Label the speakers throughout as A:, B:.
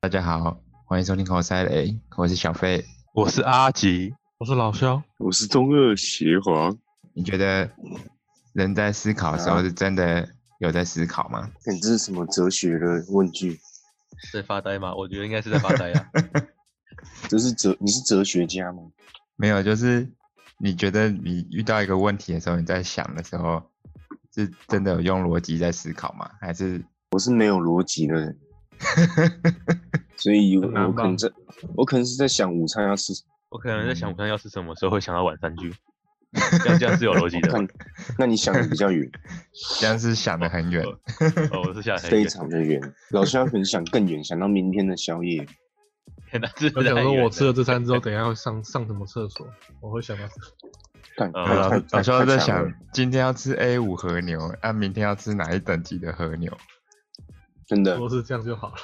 A: 大家好，欢迎收听口塞雷，我是小费。
B: 我是阿吉，我是老肖，
C: 我是中二邪皇，
A: 你觉得人在思考的时
D: 啊
A: 候是真的有在思考吗？
D: 看这是什么哲学的问句？
B: 在发呆吗？我觉得应该是在发呆啊。
D: 这是哲，你是哲学家吗？
A: 没有，就是你觉得你遇到一个问题的时候，你在想的时候，是真的有用逻辑在思考吗？还是
D: 我是没有逻辑的 人，所以我
B: 很难吧
D: 我可能在，我可能是在想午餐要吃什么。
B: 我可能在想午餐要吃什么时候会想到晚餐去，这样这样是有逻辑的。
D: 看，那你想的比 较远，
A: 这样是想得很远？
B: 哦，我是下很
D: 非
B: 远，
D: 常的远。老师他可能想更远，想到明天的宵夜。
B: 天哪，这
E: 我
B: 是
E: 想
B: 很
E: 说，
B: 远
E: 我
B: 的
E: 吃了这餐之后，等一下会上上什么厕所，我会想到
D: 看，
B: 呃
A: 对
D: 太
A: 老
D: 太
A: 老
D: 太
A: 肖
D: 太
A: 在
D: 强
A: 想
D: 了，
A: 今天要吃 A 五和牛，那、明天要吃哪一等级的和 牛？
D: 真的
E: 如，果是这样就好了。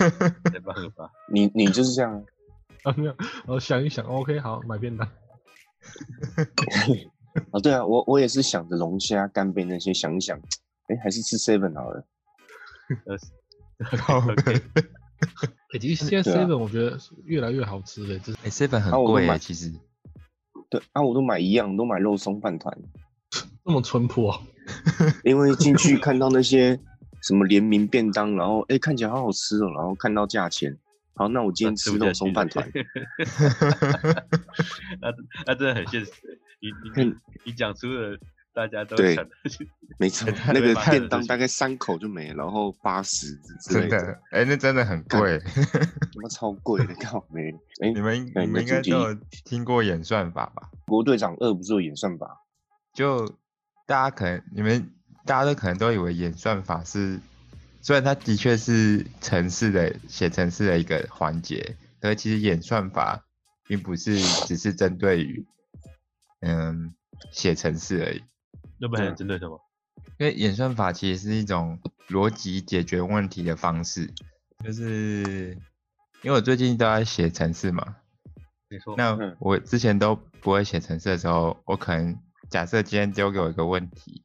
B: 没办法，
D: 你你就是这样啊，
E: 然后我想一想，OK，好，买便当。
D: 啊，对啊，我我也是想着龙虾、干贝那些，想一想，哎，还是吃 seven 好了。
A: 靠 背
B: 呃 OK，
E: 以及哎现在
D: 对啊
E: seven 我觉得是越来越好吃了，这是
A: 哎、这本很
D: 啊我都
A: 贵、
D: 买
A: 其实。
D: 对啊，我都买一样，都买肉松饭团，
E: 这么淳朴哦。
D: 因为进去看到那些什么联名便当，然后哎、诶看起来好好吃哦，然后看到价钱，好，那我今天
B: 那吃
D: 吃
B: 不
D: 肉
B: 下 去
D: 松饭团，
B: 那那真的很现实。你你你
D: 看
B: 你讲出了大家都
D: 嗯对
B: 想的事情，
D: 没错
A: 哎，太
D: 那
B: 会
D: 个
B: 卖了
D: 便
B: 这
D: 当
B: 些
D: 大概三口就没了，然后八十之类
A: 真的
D: 的，，
A: 哎、那真的很贵。
D: 他妈超贵的，靠没？哎、
A: 你们
D: 哎
A: 你们
D: 那
A: 应该
D: 主题
A: 都有听过演算法吧？
D: 国队长二不是有演算法？
A: 就大家可能你们大家都可能都以为演算法是，虽然它的确是城市的写城市的一个环节，可是其实演算法并不是只是针对于嗯写城市而已，
B: 那不然针对什么？
A: 因为演算法其实是一种逻辑解决问题的方式，就是因为我最近都在写城市嘛，
B: 你说
A: 那
D: 嗯
A: 我之前都不会写程式的时候，我可能假设今天丢给我一个问题，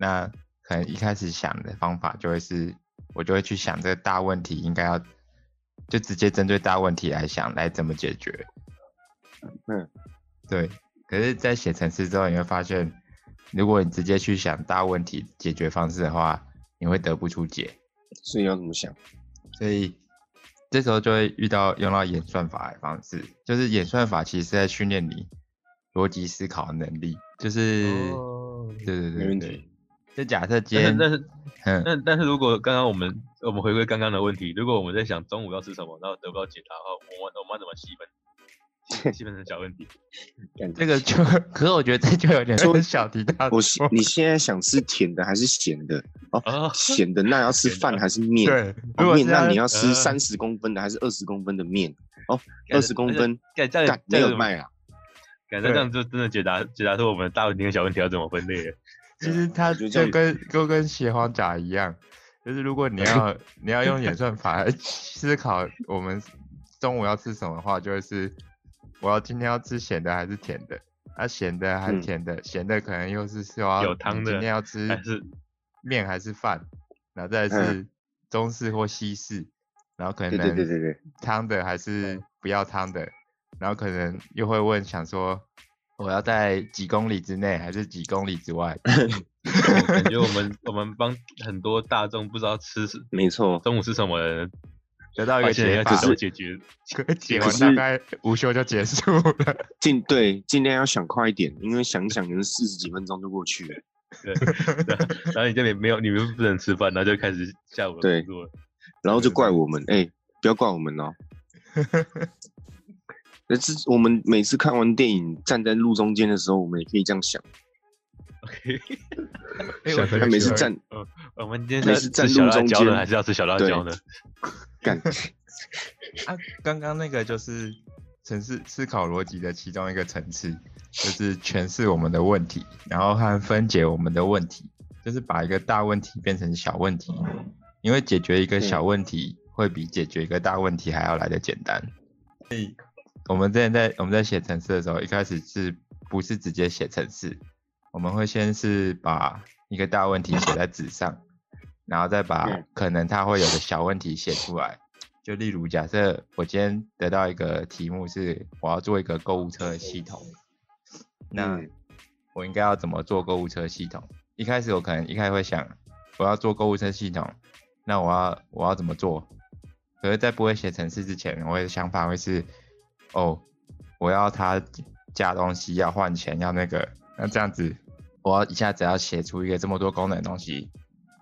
A: 那可能一开始想的方法就会是，我就会去想这个大问题应该要，就直接针对大问题来想，来怎么解决。
D: 嗯，
A: 对。可是，在写程式之后，你会发现，如果你直接去想大问题解决方式的话，你会得不出解。
D: 所以要怎么想？
A: 所以这时候就会遇到用到演算法的方式，就是演算法其实是在训练你逻辑思考的能力，就是、
E: 哦
A: 对对
D: 没
A: 对
D: 问
A: 对
D: 题，，
A: 就假设今
B: 但是
A: 天
B: 但是
A: 嗯
B: 但但是如果刚刚我们我们回归刚刚的问题，如果我们在想中午要吃什么，然后得不到解答的话，我们我们要怎么细分？细分成小问题。
D: 感觉
A: 这个就， 可是我觉得这就有点
D: 说
A: 跟小题大
D: 我
A: 做，
D: 是你现在想吃甜的还是咸的？
B: 啊
D: 哦，咸的那要吃
B: 咸的
D: 饭还是面？
A: 对，如
D: 哦
A: 果是
D: 面那你要
B: 呃
D: 吃三十公分的还是二十公分的面？哦，
B: 干
D: 二十公分，
B: 干这样
D: 干
B: 这
D: 没
B: 样
D: 有卖啊？
B: 感觉这样就真的解答解答出我们大问题跟小问题要怎么分类 了。
A: 其实它
D: 我觉得这
A: 就
D: 样
A: 跟就跟邪皇甲一样，就是如果你 要你要用演算法来思考我们中午要吃什么的话，就会是我要今天要吃咸的还是甜的？啊，咸的还是
D: 嗯
A: 甜的？咸的可能又是说要
B: 有
A: 你
B: 汤
A: 今
B: 的
A: 天要吃
B: 还是
A: 面还是饭？然后再来是中式或西式，然后可
D: 嗯对对对
A: 能
D: 对对，
A: 汤的还是不要汤的，然后可能又会问想说我要在几公里之内还是几公里之外？
B: 感觉我们我们帮很多大众不知道吃是
D: 没错。
B: 中午吃什么的人，
A: 得到一
B: 发
A: 个
B: 现
A: 解
B: 要
A: 法，
B: 怎么解决？
A: 可是解
D: 可
A: 完
D: 是
A: 大概午休就结束了。
D: 尽对尽量要想快一点，因为想一想可能四十几分钟就过去了。
B: 对，然后然后你这边没有，你们不能吃饭，然后就开始下午的
D: 对
B: 工作了。
D: 然后就怪我们，哎、不要怪我们哦。但是我们每次看完电影站在路中间的时候，我们也可以这样想。
B: OK，
A: 哎
E: 想
A: 我觉
E: 得
A: 得
D: 他每
E: 起
D: 次
E: 来
D: 站
B: 我们今天是
D: 每次
B: 要吃
D: 站
B: 小
D: 路
B: 辣
D: 中
B: 椒呢，
D: 间
B: 还是要吃小辣
D: 对
B: 椒呢？
D: 干，
A: 啊，刚刚那个就是层次思考逻辑的其中一个层次，就是诠释我们的问题，然后和分解我们的问题，就是把一个大问题变成小问题，因为解决一个小问题会比解决一个大问题还要来的简单。所以我们之前在我们在写程式的时候，一开始是不是直接写程式？我们会先是把一个大问题写在纸上，然后再把
D: 嗯
A: 可能它会有的小问题写出来，就例如，假设我今天得到一个题目是我要做一个购物车的系统，那
D: 嗯
A: 我应该要怎么做购物车系统？一开始我可能一开始会想，我要做购物车系统，那我要我要怎么做？可是，在不会写程式之前，我的想法会是，哦，我要它加东西，要换钱，要那个，那这样子，我要一下子要写出一个这么多功能的东西，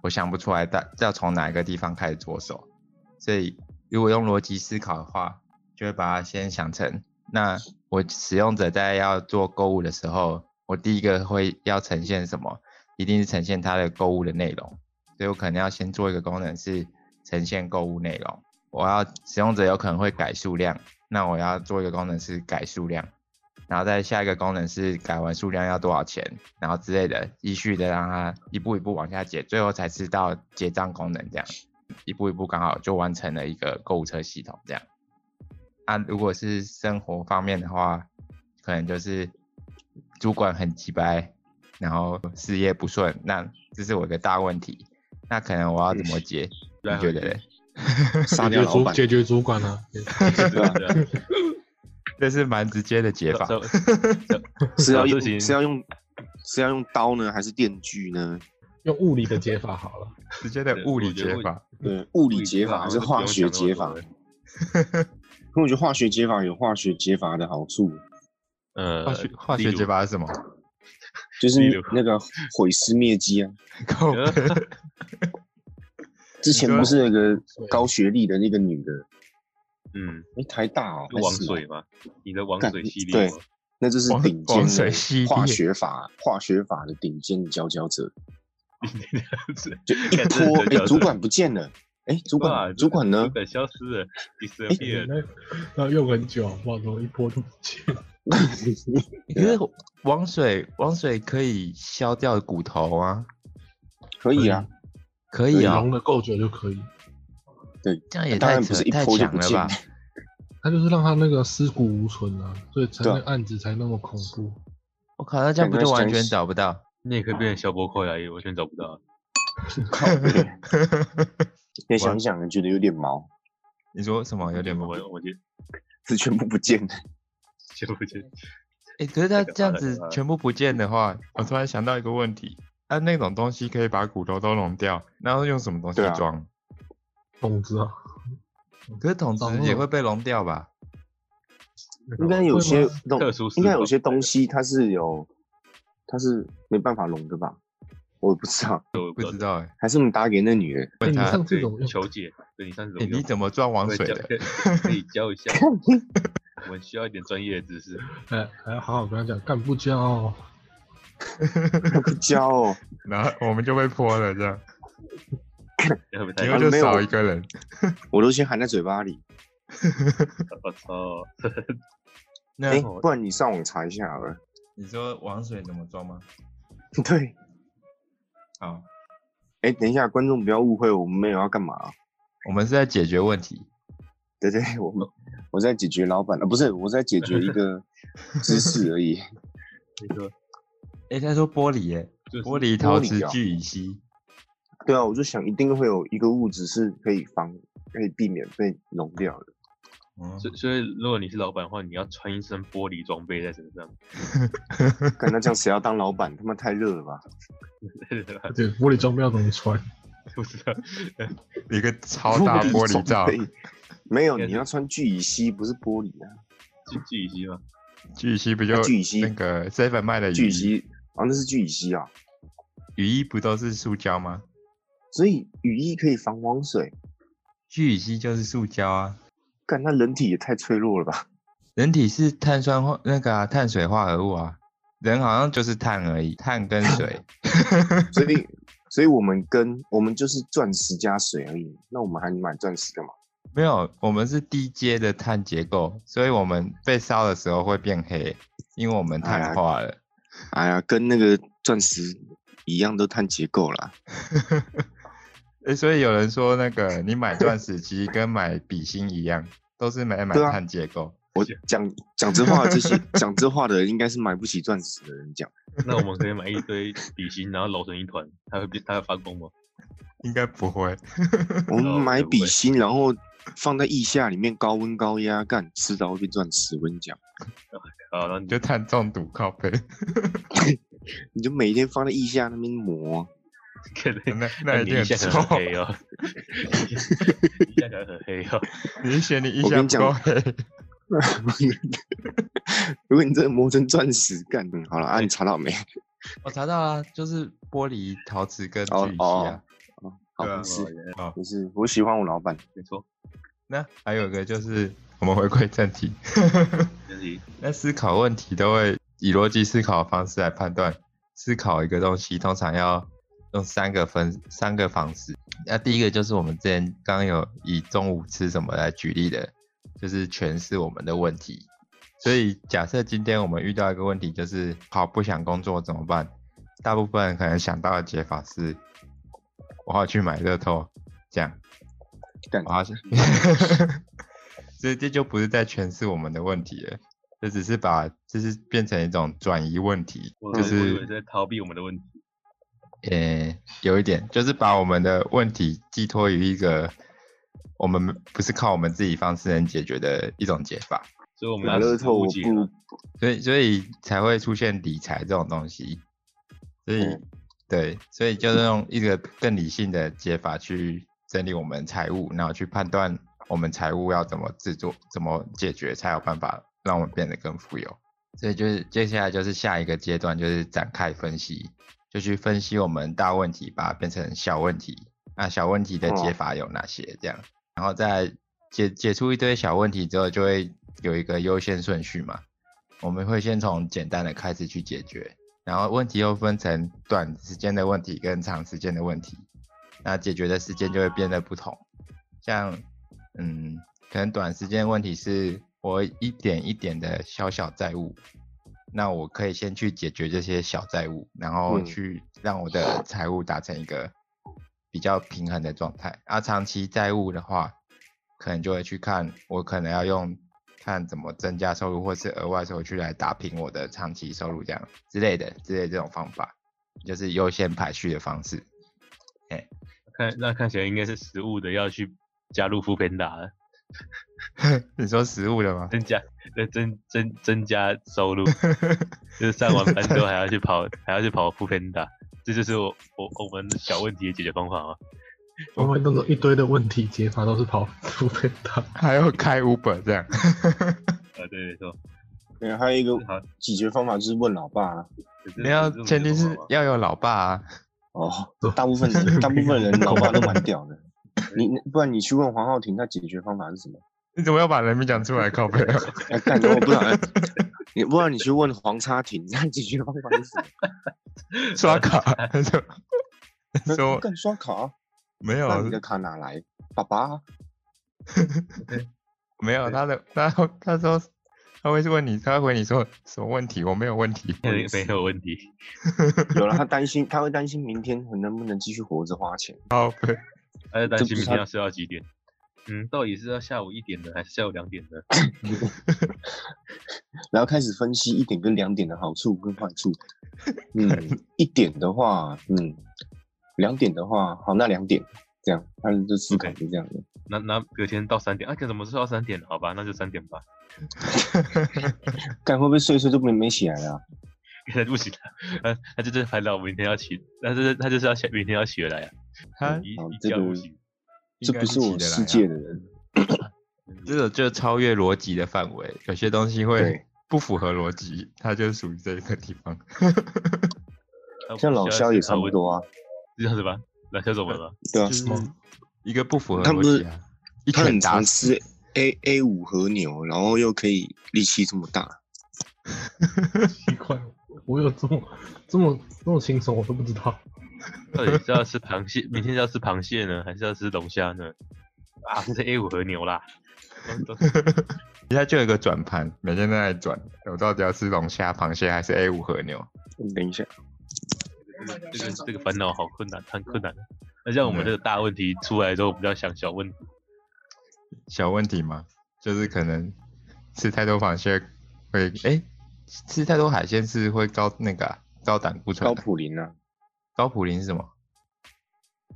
A: 我想不出来大要从哪一个地方开始着手。所以，如果用逻辑思考的话，就会把它先想成，那我使用者在要做购物的时候，我第一个会要呈现什么？一定是呈现他的购物的内容。所以我可能要先做一个功能是呈现购物内容。我要使用者有可能会改数量，那我要做一个功能是改数量，然后再下一个功能是改完数量要多少钱，然后之类的，依序的让它一步一步往下解，最后才是到结账功能这样，一步一步刚好就完成了一个购物车系统这样。啊，如果是生活方面的话，可能就是主管很鸡掰，然后事业不顺，那这是我的大问题。那可能我要怎么解？你
B: 来
A: 觉得嘞？
D: 杀
E: 解
D: 掉
E: 决
D: 老
E: 主
D: 板，
E: 解决主管啊，
B: 对啊对啊，
A: 这是蛮直接的解 法。
D: 是要
B: 这
D: 用
B: 事情
D: 是要用是要用刀呢，还是电锯呢？
E: 用物理的解法好了。
A: 直接的
B: 对
A: 物理
B: 我觉得
A: 解
B: 物理
A: 法，
D: 对，物理解法还是化学解法？因为我觉得化学解法有化学解法的好处，
B: 呃，
A: 化学化学解法是什么？
D: 就是
B: 例如
D: 那个毁尸灭迹啊。
A: 靠
B: 呃
A: 背
D: 之前
A: 你说
D: 不是有个高学历的那个女的，
B: 嗯，
D: 哎，台大哦，
B: 就王
D: 还是
B: 水啊嘛，你的王
D: 干
B: 水系列
D: 对
B: 嘛，
D: 那就是
A: 王
D: 顶尖
A: 王水
D: 的
A: 系列
D: 化学法，化学法的顶尖佼佼者，
B: 是
D: 就一
B: 干真的佼佼
D: 拖，哎、
B: 者
D: 主管不见了，哎、主
B: 哇
D: 管，主管
B: 主
D: 呢？
B: 管消失 了
E: 对
D: 哎
B: ，disappear，
E: 那那用很久，好不好容易波动起来。
A: 可是王水王水可以削掉骨头吗？
D: 可以啊，
A: 可以
E: 你
A: 啊、
E: 融的够久就可以，
A: 这样也
D: 当
A: 太
D: 然
A: 扯
D: 不是一
A: 太
D: 泼就
A: 强
D: 不
A: 了
D: 见
A: 吧
D: 了？，
E: 他就是让他那个尸骨无存啊，所以才
D: 对
E: 那
D: 啊
E: 个案子才那么恐怖。
A: 我靠，那这样不
D: 感觉
A: 就完
D: 想
A: 全
D: 死
A: 找不到？
B: 那也可以变成消波块啊，也完全找不到。
D: 也想一想觉得有点毛，
A: 你说什么？有点
B: 嗯我
A: 懵。
B: 我我觉得
D: 是全部不见了，
B: 就不见，
A: 哎、可是他
B: 太
A: 这
B: 可怕
A: 样
B: 了
A: 子
B: 太可怕了
A: 全部不见的话，我突然想到一个问题：啊，那种东西可以把骨头都弄掉，然后用什么东西
D: 对啊
A: 装？
E: 总之啊，
A: 可是桶子
E: 装
A: 也
E: 了
A: 会被溶掉吧？
D: 应该有些
E: 会吗
D: 东
B: 特殊思
D: 哦应该有
B: 考
D: 些东西它是有，它是没办法融的吧？我不知道，
B: 我
A: 不知道哎、
D: 还是我们打给那女的，
E: 哎，你上次
B: 对
E: 怎么，用？
B: 求解，对你上次
A: 欸你怎
B: 么
A: 么装王
B: 用
A: 水
B: 对教
A: 的？
B: 可以可以教一下，我们需要一点专业的知识。
E: 哎，还要好好跟他讲，干不教哦。
D: 不教哦，
A: 然后我们就被泼了，这样，
B: 要不太
A: 以
B: 好
A: 后
D: 啊
A: 就
D: 没有
A: 少一个人。
D: 我都先含在嘴巴里。
B: 我操！
A: 那
D: 哎、不然你上网查一下好了。
A: 你说王水怎么装吗？
D: 对，
A: 好，
D: 哎、等一下，观众不要误会，我们没有要干嘛、啊
A: 我们是在解决问题。
D: 对对， 我们我在解决老板啊，不是我在解决一 个知识而已。
B: 那个
A: 哎、他说玻璃耶，
B: 就是
A: 玻璃陶
D: 玻
A: 瓷
D: 璃啊
A: 聚乙烯，
D: 对啊，我就想一定会有一个物质是可以防、可以避免被溶掉的。
A: 嗯，
B: 所以所以，如果你是老板的话，你要穿一身玻璃装备在身上，
D: 看那这样谁要当老板？他妈太热了吧！
E: 对，玻璃装备要怎么穿？
B: 不知道
D: 嗯
A: 一个超大玻璃罩
D: 装，备没有，
B: 也是
D: 你要穿聚乙烯，不是玻璃啊。
B: 聚聚乙烯吗？
A: 聚乙烯不就
D: 啊聚乙烯
A: 那个 seven 卖的
D: 聚
A: 雨
D: 乙
A: 衣？
D: 烯啊，那是聚乙烯啊。
A: 雨衣不都是塑胶吗？
D: 所以雨衣可以防王水，
A: 聚乙烯就是塑胶啊。
D: 干那人体也太脆弱了吧？
A: 人体是碳酸化那个啊、碳水化合物啊，人好像就是碳而已，碳跟 水。
D: 所以，所以我们跟我们就是钻石加水而已。那我们还买钻石干嘛？
A: 没有，我们是低阶的碳结构，所以我们被烧的时候会变黑，因为我们
D: 哎
A: 碳
D: 呀
A: 化了。
D: 哎呀，跟那个钻石一样，都碳结构啦。
A: 诶所以有人说那个你买钻石其实跟买比心一样，都是买买
D: 对啊
A: 碳结构。
D: 我讲讲这话，这些讲这话的人应该是买不起钻石 的人讲。
B: 那我们可以买一堆笔芯，然后揉成一团，它会变，它会发光吗？
A: 应该不会。
D: 我们
B: 哦
D: 买
B: 对不
D: 笔
B: 会
D: 芯，然后放在腋下里面高温高压干，迟早会变钻石。我跟你讲，
B: 好，然后你
A: 就碳中毒靠 背，
D: 你就每天放在腋下那边磨。
B: 可能
A: 那那一
B: 你
A: 定
B: 一
A: 很
B: 下可
A: 臭
B: 能。很黑哦，一下可能很黑哦。
A: 你是嫌你一
D: 我
A: 下
D: 跟
A: 不
D: 你讲
A: 够黑？
D: 如果你真的磨成钻石干，嗯好了啊，你查到没？
A: 我查到了，就是玻璃、陶瓷跟
D: 哦
A: 聚乙烯啊
D: 哦。，哦好，
A: 对啊
D: 不是
A: 哦
D: 不是，我喜欢我老板。
B: 没错，
A: 那还有一个就是，我们回归正题，
B: 这是
A: 那思考问题都会以逻辑思考的方式来判断。思考一个东西，通常要用三个分三个方式。那第一个就是我们之前刚刚有以中午吃什么来举例的，就是诠释我们的问题。所以假设今天我们遇到一个问题，就是好不想工作怎么办？大部分人可能想到的解法是，我要去买乐透，这样。
D: 干
A: 我好像， 所以这就不是在诠释我们的问题了，这只是把这是变成一种转移问题，
B: 我
A: 就
B: 我以为
A: 是
B: 在逃避我们的问题，
A: 呃、有一点就是把我们的问题寄托于一个我们不是靠我们自己方式能解决的一种解法，
B: 所以我们
D: 买
B: 要
D: 乐透
B: 误
D: 我
B: 解
D: 不
B: 了，
A: 所以所以才会出现理财这种东西，所以、
D: 嗯
A: 对，所以就是用一个更理性的解法去整理我们财务，然后去判断我们财务要怎么制作、怎么解决，才有办法让我们变得更富有。所以就是接下来就是下一个阶段，就是展开分析，就去分析我们大问题，把它变成小问题。那小问题的解
D: 哦
A: 法有哪些？这样，然后再解解出一堆小问题之后，就会有一个优先顺序嘛。我们会先从简单的开始去解决，然后问题又分成短时间的问题跟长时间的问题，那解决的时间就会变得不同。像，嗯，可能短时间的问题是我一点一点的小小债务，那我可以先去解决这些小债务，然后
D: 嗯
A: 去让我的财务达成一个比较平衡的状态。啊，长期债务的话，可能就会去看我可能要用看怎么增加收入，或是额外收入去来打平我的长期收入这样之类的之类的这种方法，就是优先排序的方式。
B: 看那看起来应该是食物的要去加入副片打了，
A: 你说食物的吗？
B: 增加增增增增加收入，就是上完班之后还要去跑还要去跑副片打，这就是我我我们小问题的解决方法啊。
E: 我们那种一堆的问题解法都是跑副配搭，
A: 还要开 Uber 这 样？
B: 啊，对，没错，
D: 对，还有一个
B: 好，
D: 解决方法就是问老爸啊。
A: 你要
B: 这
A: 前提
B: 这
A: 是
B: 种
A: 要有老爸啊。
D: 哦，大部分人大部分人老爸都蛮屌的。你不然你去问黄浩庭，他解决方法是什么？
A: 你怎么要把人名讲出来？靠背、啊，
D: 哎，干我不然你不然你去问黄差庭，他解决方法是什么？
A: 刷卡 说说
D: 干刷卡啊，
A: 没
D: 那你
A: 有
D: 的卡哪来？爸爸，啊
A: 没有，他的他他说他会问你，他会回你说什么问题？我没有问题。
B: 没没有问题，
D: 有了他担心，他会担心明天能不能继续活着花钱。
A: 靠背，
B: 他在担
D: 这
B: 心明
D: 不是
B: 天
D: 他
B: 要睡到几点。嗯，到底是要下午一点呢，还是下午两点呢？
D: 然后开始分析一点跟两点的好处跟坏处。嗯，一点的话，嗯，两点的话，好，那两点这样，他就思考是这样的。
B: 那那隔天到三点，啊，可怎么睡到三点？好吧，那就三点吧。
D: 干会不会睡一睡就没没起来了啊、
B: 原来不行啊，他他就是烦恼明天要起，他就是他就是要起明天要起得来啊，
A: 他
B: 一
D: 好
B: 一
D: 哦这
B: 觉
D: 个
B: 不醒。
D: 这不是我世界的人。
A: 这个就超越逻辑的范围，有些东西会
D: 对
A: 不符合逻辑，它就属于这个地方。
B: 他
D: 像
B: 需
D: 老
B: 要
D: 肖
B: 思
D: 也
B: 考
D: 差不
B: 问
D: 多啊，
B: 题，知道什么？老肖怎么了？
D: 对啊
A: 就，是
E: 吗
A: 一嗯个不符合
D: 他不
A: 逻
D: 是
A: 辑啊，一
D: 他
A: 拳
D: 很
A: 打
D: 常
A: 死。
D: 吃 A A 五和牛，然后又可以力气这么大，
E: 奇怪，我有这么这么这么轻松，我都不知道。
B: 到底是要吃螃蟹，明天是要吃螃蟹呢，还是要吃龙虾呢？啊，是 A 五和牛啦。都都
A: 人家就有一个转盘，每天都在转，哎我到底要吃龙虾、螃蟹还是 A 五和牛？
D: 嗯等一下，
B: 这个这个烦恼好困难，很困难。啊那像我们这个大问题出来之后，我们就要想小问题。
A: 小问题嘛，就是可能吃太多螃蟹会，哎、吃太多海鲜是会高那个啊、高胆固醇
D: 高
A: 啊、
D: 普林啊，
A: 高普林是什么？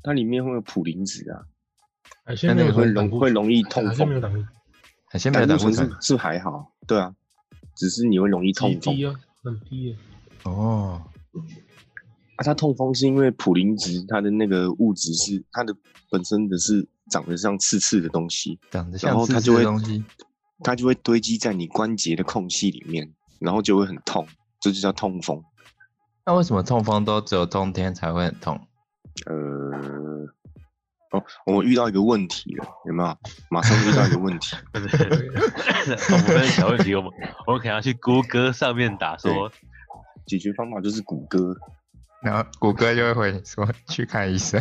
D: 它里面会有普林子啊，
E: 海鲜
A: 那
E: 没有
A: 个会
E: 什么
D: 容
E: 胆固
D: 会
E: 醇
D: 容易痛
E: 海鲜没
D: 风。
E: 有胆固醇
A: 海鲜没有
D: 胆固
A: 胆固
D: 醇
A: 醇
D: 是是还好，对啊，只是你会容易痛
E: 极
D: 风
E: 低啊，很低耶、
A: 哦，
D: 啊。它痛风是因为普林值它的那个物质是它的本身的是长得像刺刺的东西，
A: 长得
D: 然
A: 像
D: 后它
A: 刺刺
D: 就会
A: 的东西，
D: 它就会堆积在你关节的空隙里面，然后就会很痛，这就叫痛风。
A: 那为什么痛风都只有冬天才会很 痛？
D: 呃，哦，我遇到一个问题了，有没有？马上遇到一个问题，
B: 不是 哦我们的小问题，我们我们可能要去谷歌上面打说，
D: 解决方法就是谷歌。
A: 然后谷歌就会回你说去看医生。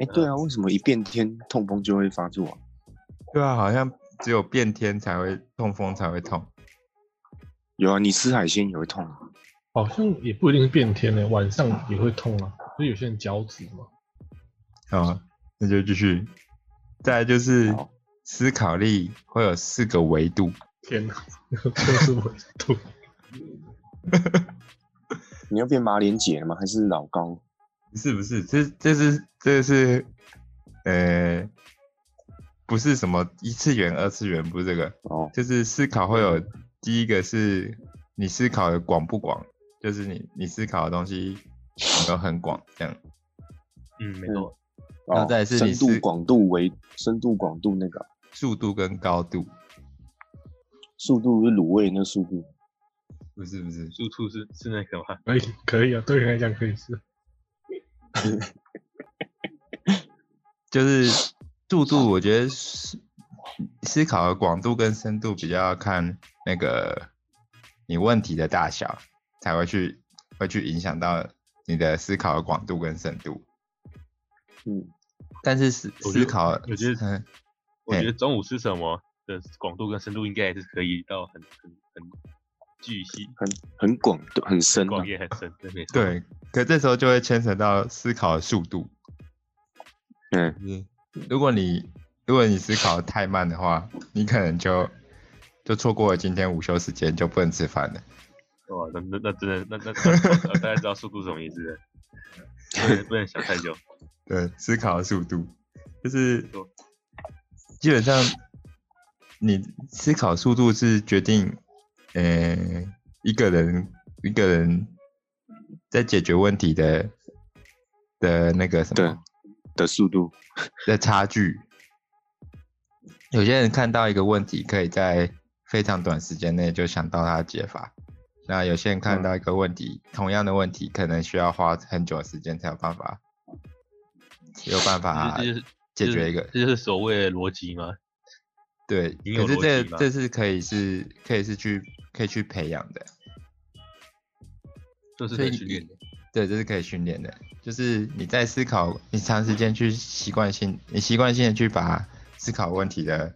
D: 哎、对啊，为什么一变天痛风就会发作啊？
A: 对啊，好像只有变天才会痛风才会痛。
D: 有啊，你吃海鲜也会痛啊，
E: 好像也不一定是变天呢、晚上也会痛啊，所以有些人脚趾嘛，
A: 好，那就继续。再来就是
D: 好
A: 思考力会有四个维度，
E: 天哪， 都是我痛。
D: 你要变马脸姐了吗？还是老高？
A: 是不是？这这是这是呃，不是什么一次元、二次元，不是这个，
D: 哦，
A: 就是思考会有第一个是你思考的广不广，就是你你思考的东西有没有很广这样。
B: 嗯，没错，
A: 然
D: 哦
A: 后再来是
D: 深
A: 你
D: 度
A: 是
D: 广度为深度广度那个啊
A: 速度跟高度，
D: 速度是卤味那速度，
A: 不是不是，
B: 住处是是那个吗？
E: 可以可以啊，对人来讲可以是。
A: 就是 速度，我觉得思思考的广度跟深度比较要看那个你问题的大小，才会去会去影响到你的思考的广度跟深度。
D: 嗯，
A: 但是思
B: 我觉
A: 思
B: 得
A: 考，
B: 我觉得
A: 嗯，
B: 我
A: 嘿
B: 觉得中午吃什么的广度跟深度应该也是可以到很很很巨细，
D: 很很广度很深、啊
B: 广，也很深，对没错。
A: 对，可这时候就会牵扯到思考的速度。
D: 嗯，
A: 嗯，如果你如果你思考得太慢的话，你可能就就错过了今天午休时间，就不能吃饭了。
B: 哇，那那那真的，那那那大家知道速度什么意思了，不能不能想 太久。
A: 对，思考的速度就是
B: 没错
A: 基本上你思考速度是决定，呃，一个人一个人在解决问题的的那个什
D: 对
A: 么
D: 的速度，
A: 的差距。有些人看到一个问题，可以在非常短时间内就想到它的解法；那有些人看
D: 嗯
A: 到一个问题，同样的问题，可能需要花很久的时间才有办法，有办法
B: 这就是
A: 啊解决一个。
B: 这就是所谓的逻辑吗？
A: 对，
B: 已经有
A: 可是
B: 逻
A: 这
B: 辑
A: 个
B: 吗
A: 这是可以是可以是去可以去培养的，
B: 就是
A: 所以
B: 在
A: 你
B: 训练的。
A: 对，这是可以训练的。就是你在思考，你长时间去习惯性，你习惯性的去把思考问题的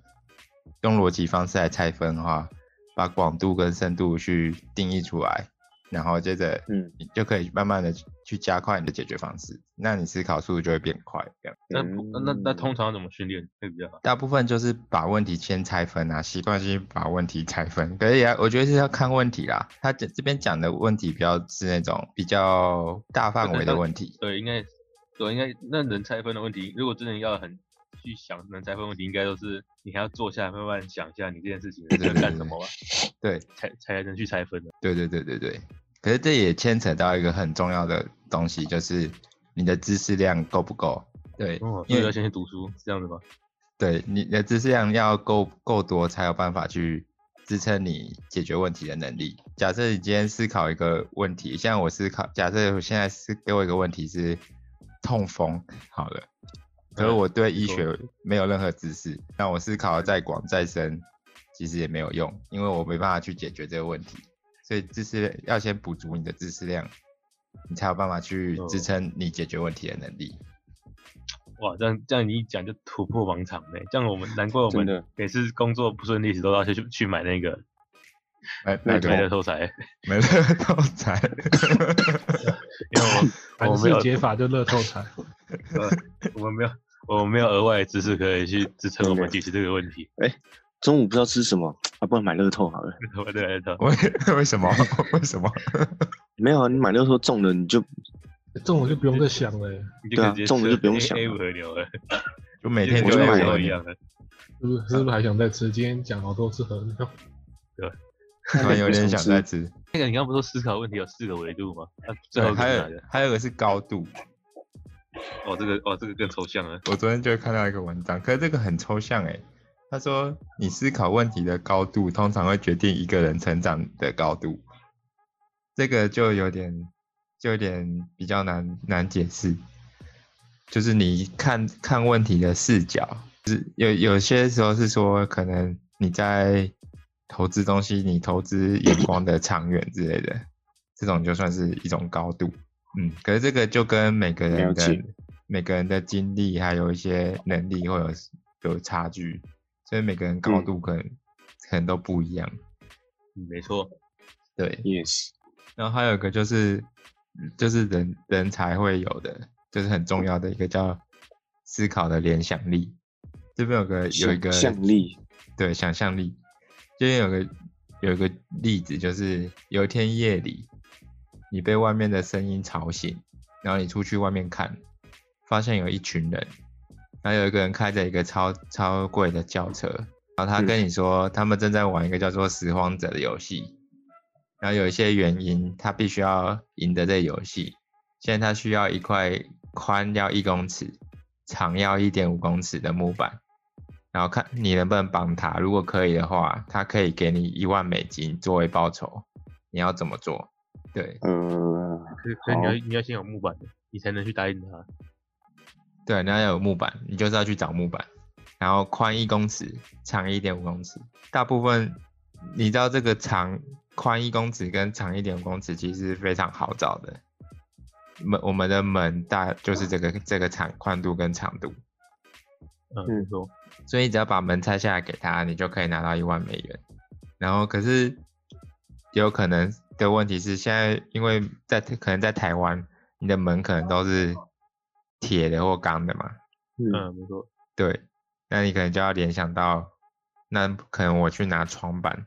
A: 用逻辑方式来拆分的话，把广度跟深度去定义出来，然后接着
D: 嗯
A: 你就可以慢慢的去加快你的解决方式，那你思考速度就会变快。这样，
B: 那不那那那
D: 嗯
B: 通常怎么训练会比较好？
A: 大部分就是把问题先拆分啊，习惯性把问题拆分。可是也要我觉得是要看问题啦。他这这边讲的问题比较是那种比较大范围的问题，
B: 对，应该对，应该那能拆分的问题，如果真的要很去想能拆分问题，应该都是你还要坐下来慢慢想一下你这件事情
A: 对
B: 要
A: 对
B: 干
A: 对
B: 什么吧，
A: 对
B: 才才能去拆分的。
A: 对对对对对。可是这也牵扯到一个很重要的东西，就是你的知识量够不够？对，
B: 哦，所
A: 因
B: 以要
A: 为
B: 先去读书，是这样子吗？
A: 对你的知识量要够够多，才有办法去支撑你解决问题的能力。假设你今天思考一个问题，像我思考，假设我现在是给我一个问题是痛风好了，可是
B: 嗯
A: 我对医
B: 没错
A: 学没有任何知识，那我思考得再广再深，其实也没有用，因为我没办法去解决这个问题。所以知识要先补足你的知识量，你才有办法去支
B: 哦
A: 撑你解决问题的能力。
B: 哇，这样这样你一讲就突破盲场嘞！这样我们难怪我
D: 真
B: 们
D: 的
B: 每次工作不顺利时都要去去去买那个
A: 来
D: 那
A: 来
D: 对
B: 买
A: 个
B: 乐透彩，
A: 没乐透彩。
B: 因为我
E: 凡
B: 我没
E: 事
B: 有
E: 解法就乐透彩，
B: 呃我们没有我们没有额外的知识可以去支撑我们
D: 对
B: 解决这个问题。
D: 中午不知道吃什么啊，不然买乐透好了。
B: 对 对对，
A: 为为什么？为什么？
D: 没有啊，你买乐透中了，你就
E: 这种我就不用再想了、欸，
B: 你就
D: 对
B: 可
D: 啊
B: 以直接
D: 中午就
B: 吃
D: 不用
B: A-
D: 想
B: A
D: 了
B: 五和牛了，
A: 就每天
D: 我
A: 就
D: 就买
A: 买
D: 了
A: 和
B: 一
A: 牛
B: 样，的，
E: 是不是？是不是还想再吃？今天讲好多次和牛，
A: 突然有点想 再吃。
B: 那个你刚不是说思考问题有四个维度吗？那最
A: 对，
B: 后
A: 还
B: 还有
A: 有还有一个是高度，
B: 哦，这个哦，这个更抽象了。
A: 我昨天就看到一个文章，可是这个很抽象欸诶、他说，你思考问题的高度，通常会决定一个人成长的高度。这个就有点，就有点比较难难解释。就是你看看问题的视角，是有有些时候是说，可能你在投资东西，你投资眼光的长远之类的，这种就算是一种高度。嗯，可是这个就跟每个人
D: 了
A: 的
D: 解
A: 每个人的经历还有一些能力会有有差距，所以每个人高
D: 嗯
A: 度可能、可能都不一样。
B: 嗯没错，
A: 对，
D: ，yes，
A: 然后还有一个就是，嗯就是人人才会有的，就是很重要的一个叫思考的联想力。这边有个有一个
D: 想象力，
A: 对想象力，这边有个有一个例子，就是有一天夜里，你被外面的声音吵醒，然后你出去外面看，发现有一群人，然后有一个人开着一个超超贵的轿车，然后
D: 嗯
A: 他跟你说、他们正在玩一个叫做拾荒者的游戏，然后有一些原因他必须要赢得这游戏，现在他需要一块宽要一公尺，长要一点五公尺的木板，然后看你能不能绑它，如果可以的话，他可以给你一万美金作为报酬，你要怎么做？对，
D: 呃，
B: 可是可是你要你要先有木板的，你才能去答应他。
A: 对，你要有木板，你就是要去找木板，然后宽一公尺，长一点五公尺。大部分你知道这个长宽一公尺跟长一点五公尺其实是非常好找的。门我们的门大就是这个这个长宽度跟长度，
B: 嗯，没错，
A: 所以你只要把门拆下来给他，你就可以拿到一万美元。然后可是也有可能的问题是，现在因为在可能在台湾，你的门可能都是铁的或钢的嘛，
D: 嗯，
B: 嗯，没错，
A: 对，那你可能就要联想到，那可能我去拿床板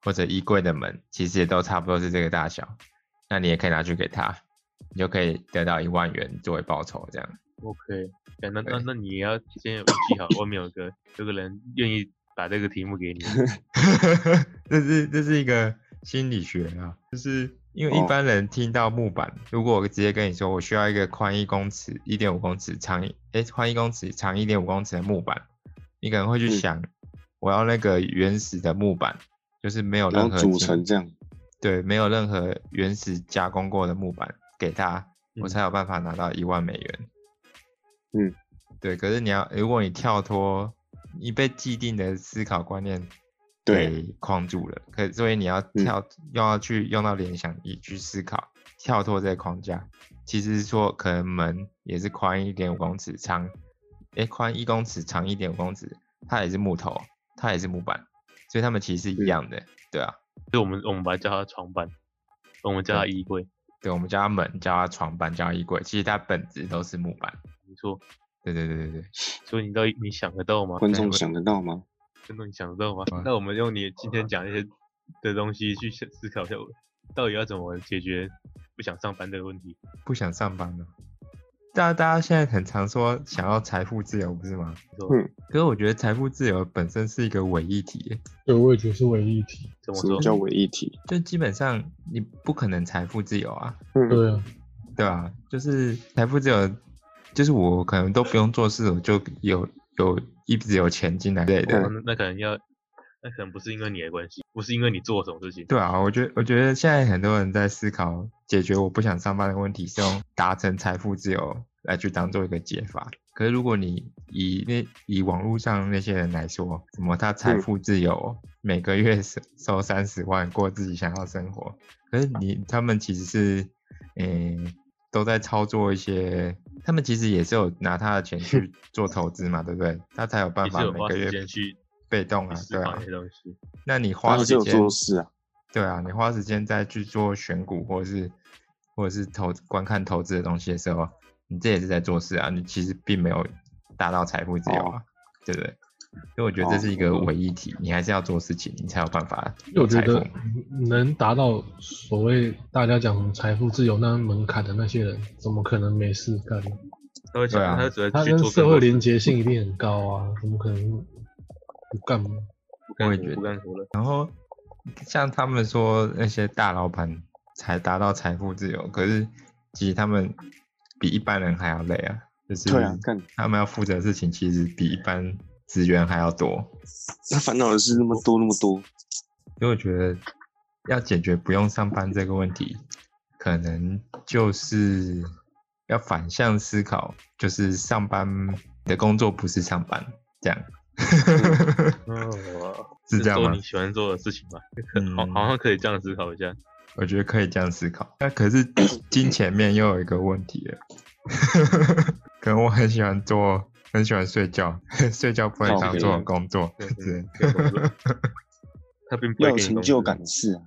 A: 或者衣柜的门，其实也都差不多是这个大小，那你也可以拿去给他，你就可以得到一万元作为报酬，这样。
B: OK，对那那
A: 对
B: 那你也要先有预计好，外面有个有个人愿意把这个题目给你。
A: 这是这是一个心理学啊，就是因为一
D: 哦
A: 般人听到木板，如果我直接跟你说我需要一个宽一公尺、一点五公尺、长一诶宽一公尺、长一点五公尺的木板，你可能会去
D: 嗯
A: 想，我要那个原始的木板，就是没有
D: 然
A: 任
D: 后
A: 何
D: 组
A: 经
D: 成这样，
A: 对，没有任何原始加工过的木板给他，我
B: 嗯
A: 才有办法拿到一万美元。
D: 嗯，
A: 对。可是你要，如果你跳脱你被既定的思考观念
D: 对
A: 给框住了，可所以你要
D: 嗯
A: 跳，又要去用到联想力去思考，跳脱这个框架。其实说可能门也是宽一点五公尺，长，诶，宽一公尺，长一点五公尺，它也是木头，它也是木板，所以它们其实是一
D: 嗯
A: 样的，对啊。
B: 就我们我们把它叫它床板，我们叫它衣柜，
A: 对，我们叫它门，叫它床板，叫它衣柜，其实它本质都是木板。
B: 没错。
A: 对对对对对，
B: 所以你到底你想得到吗？
D: 观众想得到吗？
B: 真的你想得到吗
A: 啊？
B: 那我们用你今天讲一些的东西去想思考一下，到底要怎么解决不想上班这个问题？
A: 不想上班了。大家大家现在很常说想要财富自由，不是吗？
B: 没错
D: 嗯
A: 可是我觉得财富自由本身是一个伪议题耶，
E: 对我也觉得是唯一一题。
B: 怎么
D: 什么
B: 说？
D: 叫伪议题？
A: 就基本上你不可能财富自由啊，
D: 嗯，
E: 对啊，
A: 对啊，就是财富自由，就是我可能都不用做事，我就有有一直有钱进来之类的。
B: 那哦那可能要，那可能不是因为你的关系，不是因为你做了什么事情，
A: 对啊，我觉得我觉得现在很多人在思考解决我不想上班的问题，是用达成财富自由来去当做一个解法。可是如果你以那以网络上那些人来说，什么他财
D: 嗯
A: 富自由，每个月收收三十万过自己想要的生活，可
B: 啊
A: 是你他们其实是，嗯、都在操作一些，他们其实也是有拿他的钱去做投资嘛，对不对？他才有办
B: 你
A: 法
B: 是有
A: 啊每
B: 花
A: 个
B: 时
A: 月
B: 间去
A: 被动啊
B: 去，思
A: 对
B: 考
A: 啊
B: 那。些东西。
A: 那你花
D: 他
A: 时
D: 是
A: 间
D: 有做事啊，
A: 对啊，你花时间再去做选股或者是或者是投观看投资的东西的时
D: 哦
A: 候，你这也是在做事啊，你其实并没有达到财富自由啊，对不对？所以我觉得这是一
D: 嗯
A: 个伪议题，你还是要做事情，你才有办法
E: 因为我觉
A: 财富
E: 得能达到所谓大家讲财富自由那门槛的那些人，怎么可能没事干？
B: 他会想，
A: 对啊
B: 他只
E: 他
B: 会去
E: 跟
B: 做
E: 社会
B: 联
E: 连结性一定很高啊，怎么可能不干嘛？
B: 不干
A: 我也
B: 活
A: 觉得
B: 不干活了，
A: 然后像他们说那些大老板才达到财富自由，可是其实他们比一般人还要累啊，就是
D: 对啊，干
A: 他们要负责的事情其实比一般职员还要多，
D: 他烦恼的事那么多那么多，
A: 所以我觉得要解决不用上班这个问题，可能就是要反向思考，就是上班你的工作不是上班，这样
B: 嗯，
A: 是这样
B: 做
A: 吗
B: 你？喜欢做的事情吧，好，
A: 嗯
B: 好像可以这样思考一下。
A: 我觉得可以这样思考。那可是金钱面又有一个问题了， 可能我很喜欢做，很喜欢睡觉， 睡觉不能
B: 哦
A: 当做工作。
B: 对
A: 是，
B: 对 对对他并不
D: 要
B: 会
D: 有
B: 给你
D: 成
B: 工
D: 就
B: 作
D: 感的事啊，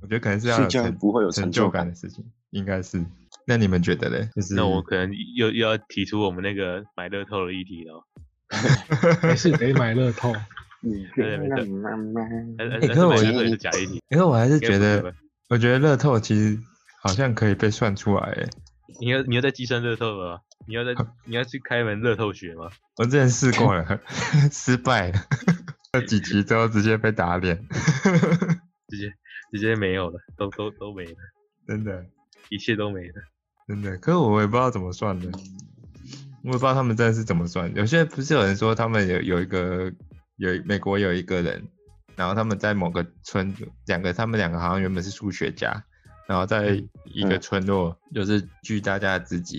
A: 我觉得可能是要
D: 睡
A: 有
D: 觉
A: 成
D: 不会有
A: 成
D: 成
A: 就
D: 就
A: 感
D: 感
A: 的。事情，应该是。那你们觉得嘞？就是
B: 那我可能又又要提出我们那个买乐透的议题了。
E: 还是得买乐 透。
D: 啊你
B: 对没错
D: 慢慢
B: 哎
A: 欸可是我
B: 觉
A: 觉
B: 得
D: 得
B: 是假议题，
A: 因为我还是觉
B: 应该不
A: 得
B: 会吧，
A: 我觉得乐透其实好像可以被算出来欸。
B: 你要你要在计算乐透了吗？你要在你要去开门乐透学吗？
A: 我之前试过了， 失败了， 那几集之后直接被打脸，
B: 直接没有了，都都都没了，
A: 真的。
B: 一切都没了。
A: 真的，可是我也不知道怎么算的，我也不知道他们真的是怎么算。有些不是有人说他们有有一个有一美国有一个人，然后他们在某个村两个他们两个好像原本是数学家，然后在一个
D: 嗯
A: 村落就是聚大家的资金，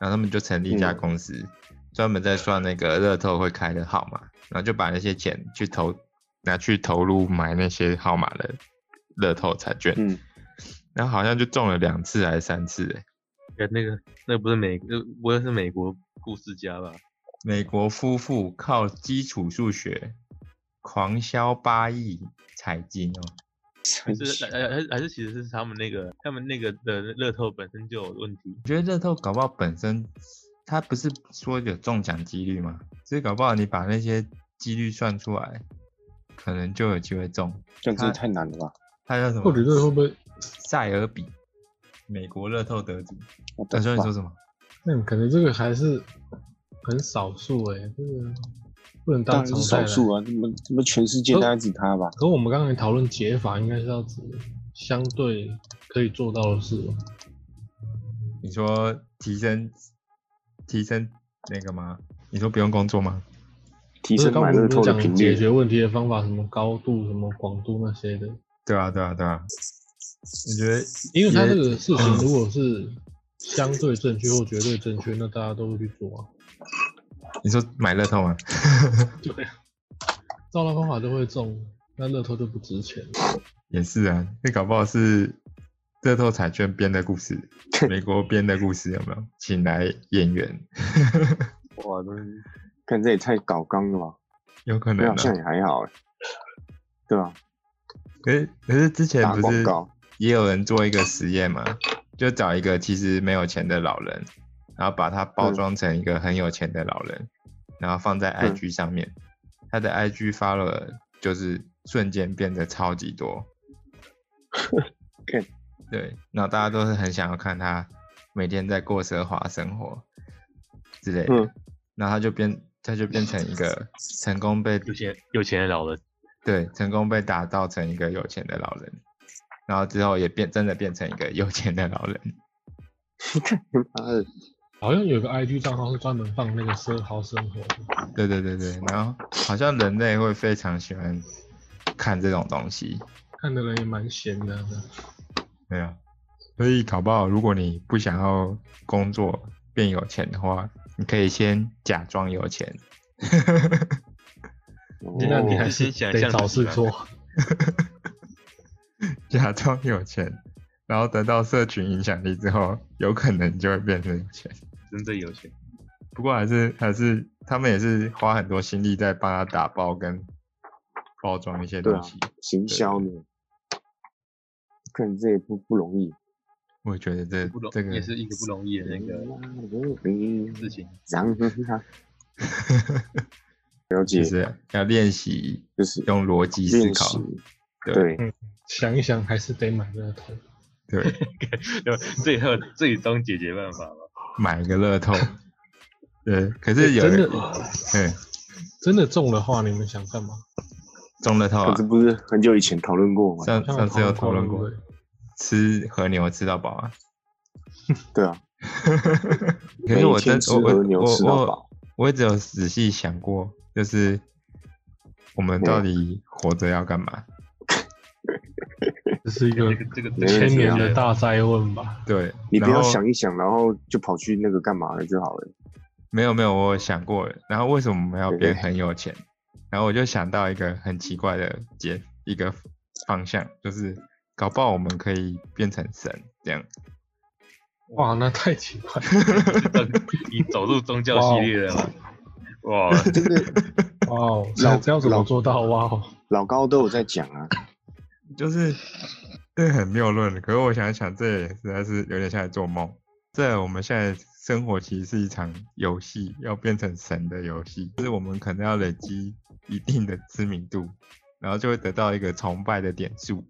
A: 然后他们就成立一家
D: 嗯
A: 公司，专门在算那个乐透会开的号码，然后就把那些钱去投拿去投入买那些号码的乐透彩券，
D: 嗯，
A: 然后好像就中了两次还是三次、欸，
B: 哎那个那不是美，那不会是美国故事家吧？
A: 美国夫妇靠基础数学狂销八亿彩金哦，
D: 成
B: 就是还还还是其实是他们那个他们那个的乐透本身就有问题。
A: 我觉得乐透搞不好本身它不是说有中奖几率吗？所以搞不好你把那些几率算出来，可能就有机会中。
D: 这样真的太难了吧？
A: 它叫什么？
E: 或者这会不会？
A: 塞尔比，美国乐透得主。
D: 我
A: 他
D: 的
A: 说你
D: 妈
A: 说什么？
E: 那可能这个还是很少数哎、这个不能
D: 当
E: 当
D: 然
E: 常
D: 是
E: 态
D: 少
E: 来
D: 数啊，怎么怎么全世界
E: 都
D: 大概只他吧？
E: 可我们刚才讨论解法，应该是要指相对可以做到的事吧？
A: 你说提升提升那个吗？你说不用工作吗？
D: 提
E: 不是
D: 升
E: 刚
D: 买
E: 我
D: 乐
E: 们
D: 透的
E: 讲
D: 频
E: 解
D: 率，
E: 决问题的方法，什么高度、什么广度那些的，
A: 对啊对啊对啊，我觉得
E: 因为它
A: 也嗯
E: 这个事情如果是相对正确或绝对正确，那大家都会去做啊。
A: 你说买乐透吗？
E: 照那方法就会中，那乐透就不值钱。
A: 也是啊，那搞不好是乐透彩券编的故 事，美国编的故事有没有？请来演员，
B: 哇，真是
D: 看这也太搞纲了吧？
A: 有可
D: 那
A: 能啊
D: 好像
A: 的。
D: 也还好哎，对吧？
A: 可是可是之前
D: 打
A: 不
D: 广
A: 是
D: 告，
A: 也有人做一个实验嘛，就找一个其实没有钱的老人，然后把他包装成一个很有钱的老人，然后放在
D: 嗯
A: IG 上面，他的 IG follower 就是瞬间变得超级多
D: 看。
A: 对，然后大家都是很想要看他每天在过奢华生活之类的，
D: 嗯
A: 然后他就变他就变成一个成功被
B: 有钱有钱的老人，
A: 对，成功被打造成一个有钱的老人，然后之后也变真的变成一个有钱的老人。
D: 妈的，
E: 好像有个 IG 账号是专门放那个奢豪生活的，
A: 对对对对，然后好像人类会非常喜欢看这种东西，
E: 看的人也蛮闲的啊。
B: 哦
A: 对啊。所以搞不好，如果你不想要工作变有钱的话，你可以先假装有钱。
E: 现在你
D: 哦
E: 还是
B: 先想
E: 得
B: 象
E: 找
B: 自己啊
E: 事
B: 吧
E: 做。
A: 假装有钱，然后得到社群影响力之后，有可能就会变成有钱。
B: 真正有钱。
A: 不过还是还是他们也是花很多心力在帮他打包跟包装一些
D: 对
A: 东
D: 啊
A: 西，
D: 行销呢？看这也不不容易，
A: 我觉得这
B: 不容
A: 这个
B: 也是一个不容易的那个
D: 嗯
B: 事情。
D: 然后他了
A: 就
D: 解，
A: 是要练习
D: 就是
A: 用逻辑思
D: 练习
A: 考。，对嗯
D: 对，
E: 想一想还是得买乐透。
A: 对，
B: 有最后最终解决办法吗？
A: 买个乐 透。对，可
D: 哎
A: 是
E: 欸
A: 有
E: 真的
A: 人对
E: 真的中的话，你们想干嘛？
A: 中乐透
D: 可
A: 啊
D: 是，不是很久以前讨论过吗？
A: 上
E: 像
A: 上次有讨论
E: 过
A: 过
E: 对，不对
A: 吃和牛吃到饱啊。
D: 对啊，
A: 可
D: 每
A: 是
D: 一
A: 我
D: 天
A: 真
D: 吃
A: 我我
D: 和牛吃到
A: 我
D: 饱
A: 我我只有仔细想过，就是我们
D: 啊
A: 到底活着要干嘛？
E: 这是一个
B: 这个这个
D: 没问
E: 千
D: 题啊
E: 年的大灾问吧？
A: 对，
D: 你不
A: 然
D: 要
A: 后
D: 想一想，然后就跑去那个干嘛了就好了。
A: 没有没有，我有想过了，然后为什么我们要
D: 对
A: 变很有钱？然后我就想到一个很奇怪的结，一个方向，就是搞不好我们可以变成神这样。
E: 哇，那太奇怪 了！
B: 你走入宗教系列了吗？哇，
D: 这个
E: 哇哦，
D: 老
E: 这这要怎么做到？哇哦，
D: 老高都有在讲啊，
A: 就是这很谬论，可是我想一想，这也实在是有点像在做梦。这我们现在生活其实是一场游戏，要变成神的游戏，就是我们可能要累积一定的知名度，然后就会得到一个崇拜的点数。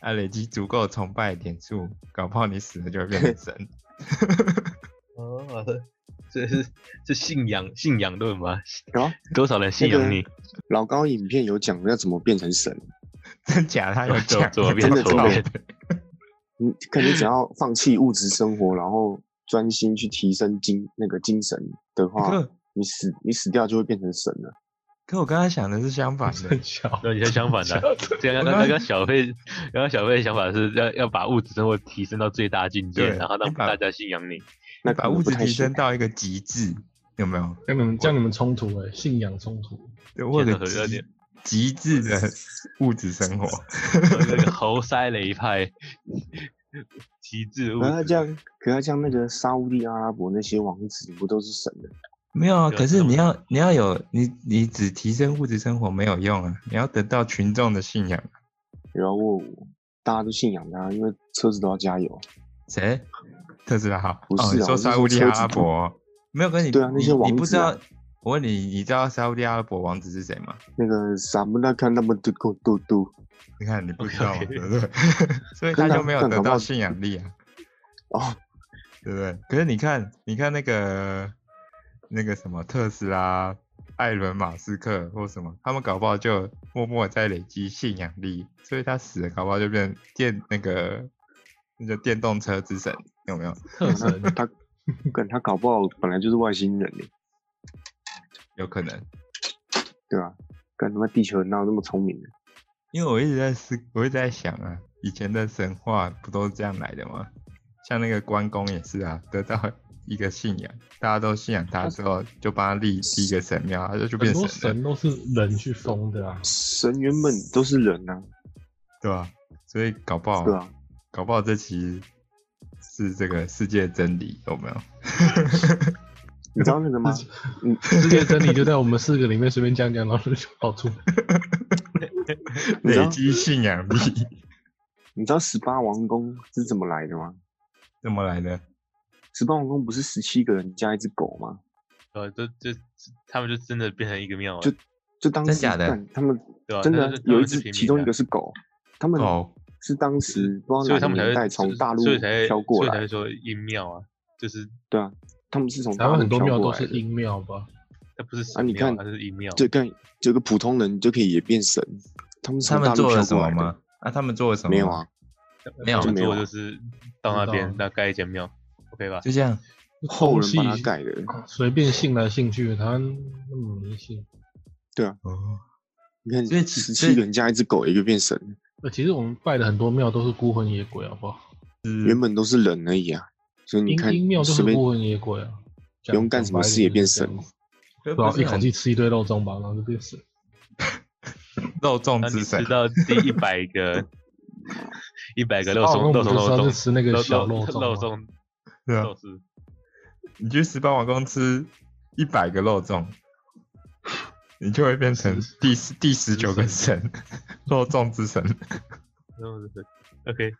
A: 啊，累积足够崇拜的点数，搞不好你死了就会变成神。
B: 哦，这是是信仰信仰论吗？
D: 有啊，
B: 多少人信仰你？
D: 老高影片有讲要怎么变成神，
A: 真假他有
B: 左
A: 讲，
B: 左边
A: 真的
B: 左边，
D: 你可能只要放弃物质生活，然后专心去提升精那个精神的 话，
A: 可
D: 你死你死掉就会变成神了。
A: 可我刚刚想的是相反的
E: 真，巧。
B: 那你是相反的啊。这样刚刚刚小费，刚刚小费的想法是要要把物质生活提升到最大境界，
A: 对
B: 然后让
A: 你把
B: 大家信 仰你。
D: 那可
A: 把
D: 能
A: 物质
D: 不太
A: 提
D: 行
A: 升到一个极致，有没有？
E: 这样你们这样你们冲突哎，信仰冲突。
A: 对，我有
B: 天哪
A: 个
B: 有
A: 极
B: 点
A: 极致的物质生活。
B: 那个猴塞雷派， 极致物
D: 可他
B: 质
D: 这样，可他像那个沙乌地阿拉伯那些王子不都是神的？
A: 没有啊，
B: 对啊
A: 可是
B: 这种
A: 你要你要有你你只提升物质生活没有用啊，你要得到群众的信仰。
D: 然后我大家都信仰他，因为车子都要加油。
A: 谁？特斯拉好？
D: 不
A: 哦，
D: 是
A: 你
D: 啊
A: 说
D: 我是
A: 沙
D: 说
A: 乌地
D: 车
A: 阿
D: 子
A: 拉
D: 不
A: 伯哦？没有跟你
D: 对啊那些
A: 你你
D: 王
A: 不知
D: 子啊
A: 道，我问你，你知道沙乌地阿拉伯王子是谁吗？
D: 那个萨姆那看那么多狗嘟嘟
A: 你看你不知
B: OK，
A: 道嘛
B: OK
A: 对不对？ 所以
D: 可
A: 他
D: 是
A: 就
D: 他
A: 没有
D: 干
A: 得
D: 搞不
A: 到
D: 好
A: 信仰力啊，
D: 哦，
A: 对不对？可是你看，你看那个那个什么特斯拉、艾伦马斯克或什么，他们搞不好就默默在累积信仰力，所以他死了，搞不好就变电那个那个电动车之神，有没有？
E: 特 神
D: 他他跟他搞不好本来就是外星人呢，
A: 有可能。
D: 对吧、跟他妈地球人哪有那么聪明的？
A: 因为我一直在思，我一直在想啊，以前的神话不都是这样来的吗？像那个关公也是啊，得到一个信仰，大家都信仰他之后，就帮他立立一个神庙，他就就
E: 很
A: 变
E: 多
A: 神了，
E: 神都是人去封 的啊，
D: 神原本都是人啊，
A: 对吧、所以搞不好，
D: 对啊，
A: 搞不好这其实是这个世界的真理，有没有？
D: 你知道那 个吗？
E: 世界真理就在我们四个里面随便讲讲，然后就跑出来。
D: 你知
A: 累
D: 道
A: 积信仰力
D: 你知道十八王宫是怎么来的吗？
A: 怎么来的？
D: 十八王宫不是十七个人加一只狗吗？
B: 呃，就就他们就真的变成一个庙了，
D: 就就当时
A: 真假的
D: 干他们
B: 对吧？
D: 真的
B: 但
D: 啊
B: 是他
D: 有一
B: 们是
D: 只，
B: 平
D: 其
B: 民
D: 中
B: 的
D: 一个是狗，他们
A: 哦，
D: 是当时不
B: 所
D: 知道
B: 以他
D: 哪
B: 们
D: 个
B: 才
D: 年
B: 会
D: 代从大陆
B: 所以才
D: 飘过
B: 所以才
D: 来
B: 会，说阴庙啊，就是
D: 对啊，他们是从
E: 台
D: 大
E: 湾
D: 陆
E: 很多
D: 飘
E: 庙都
D: 过来
E: 是
D: 的。
E: 阴庙吧？
B: 它不是
D: 啊
B: 神
D: 你
B: 庙，
D: 看
B: 它是阴庙。
D: 就跟就个普通人就可以也变神，他们是
A: 他
D: 从
A: 们
D: 大陆
A: 做了
D: 飘
A: 什
D: 过
A: 么
D: 来的？
A: 吗？啊，他们做了什么？
D: 没有啊，，
A: 没有
B: 我们
D: 没有
B: 做
D: 嗯啊
B: 就是到那边
E: 知道
B: 那盖一间庙，OK 吧？
A: 就这样。
D: 后人把
E: 东
D: 它
E: 西
D: 盖的。
E: 随便信来信去，台湾那么迷信。
A: 哦，
D: 你看，
A: 所以其
D: 十
A: 所以
D: 七个人加一只狗，一个变神，
E: 呃，其实我们拜的很多庙都是孤魂野鬼，好不好？
A: 嗯
D: 原本都是人而已啊。所以你
E: 阴
D: 看
E: 阴庙，都是
D: 随便
E: 孤魂野鬼啊，
D: 不用干什么事也变神
A: 可
E: 然
A: 不
E: 后
A: 是
E: 啊一口
A: 很
E: 气吃一堆肉粽吧，然后就变神。
A: 肉粽
B: 当你
A: 之
B: 吃
A: 神，
B: 到第一百 个一百个肉
E: 哦
B: 松
E: 那
B: 肉
E: 我们
B: 松
E: 就知
B: 肉
E: 道是
B: 松
E: 吃那个
B: 肉
E: 小
B: 肉
E: 粽啊
B: 肉
E: 肉
B: 松
A: 对啊
B: 肉丝，
A: 你去十八王宫吃一百个肉粽， 你就会变成第十第十九个神， 肉粽之神。
B: 肉丝 OK。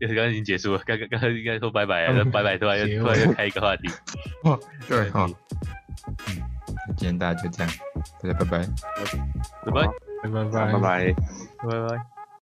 B: 刚刚已经结束了，刚刚刚刚应该说拜拜了，
E: 嗯
B: 拜拜，突然
E: 结
B: 又
E: 尾
B: 突然又开一个话题。
A: 哇，对哈。哦今天大家就这样，大家拜拜。
B: 拜拜
E: 拜拜
C: 拜拜。
B: 拜拜。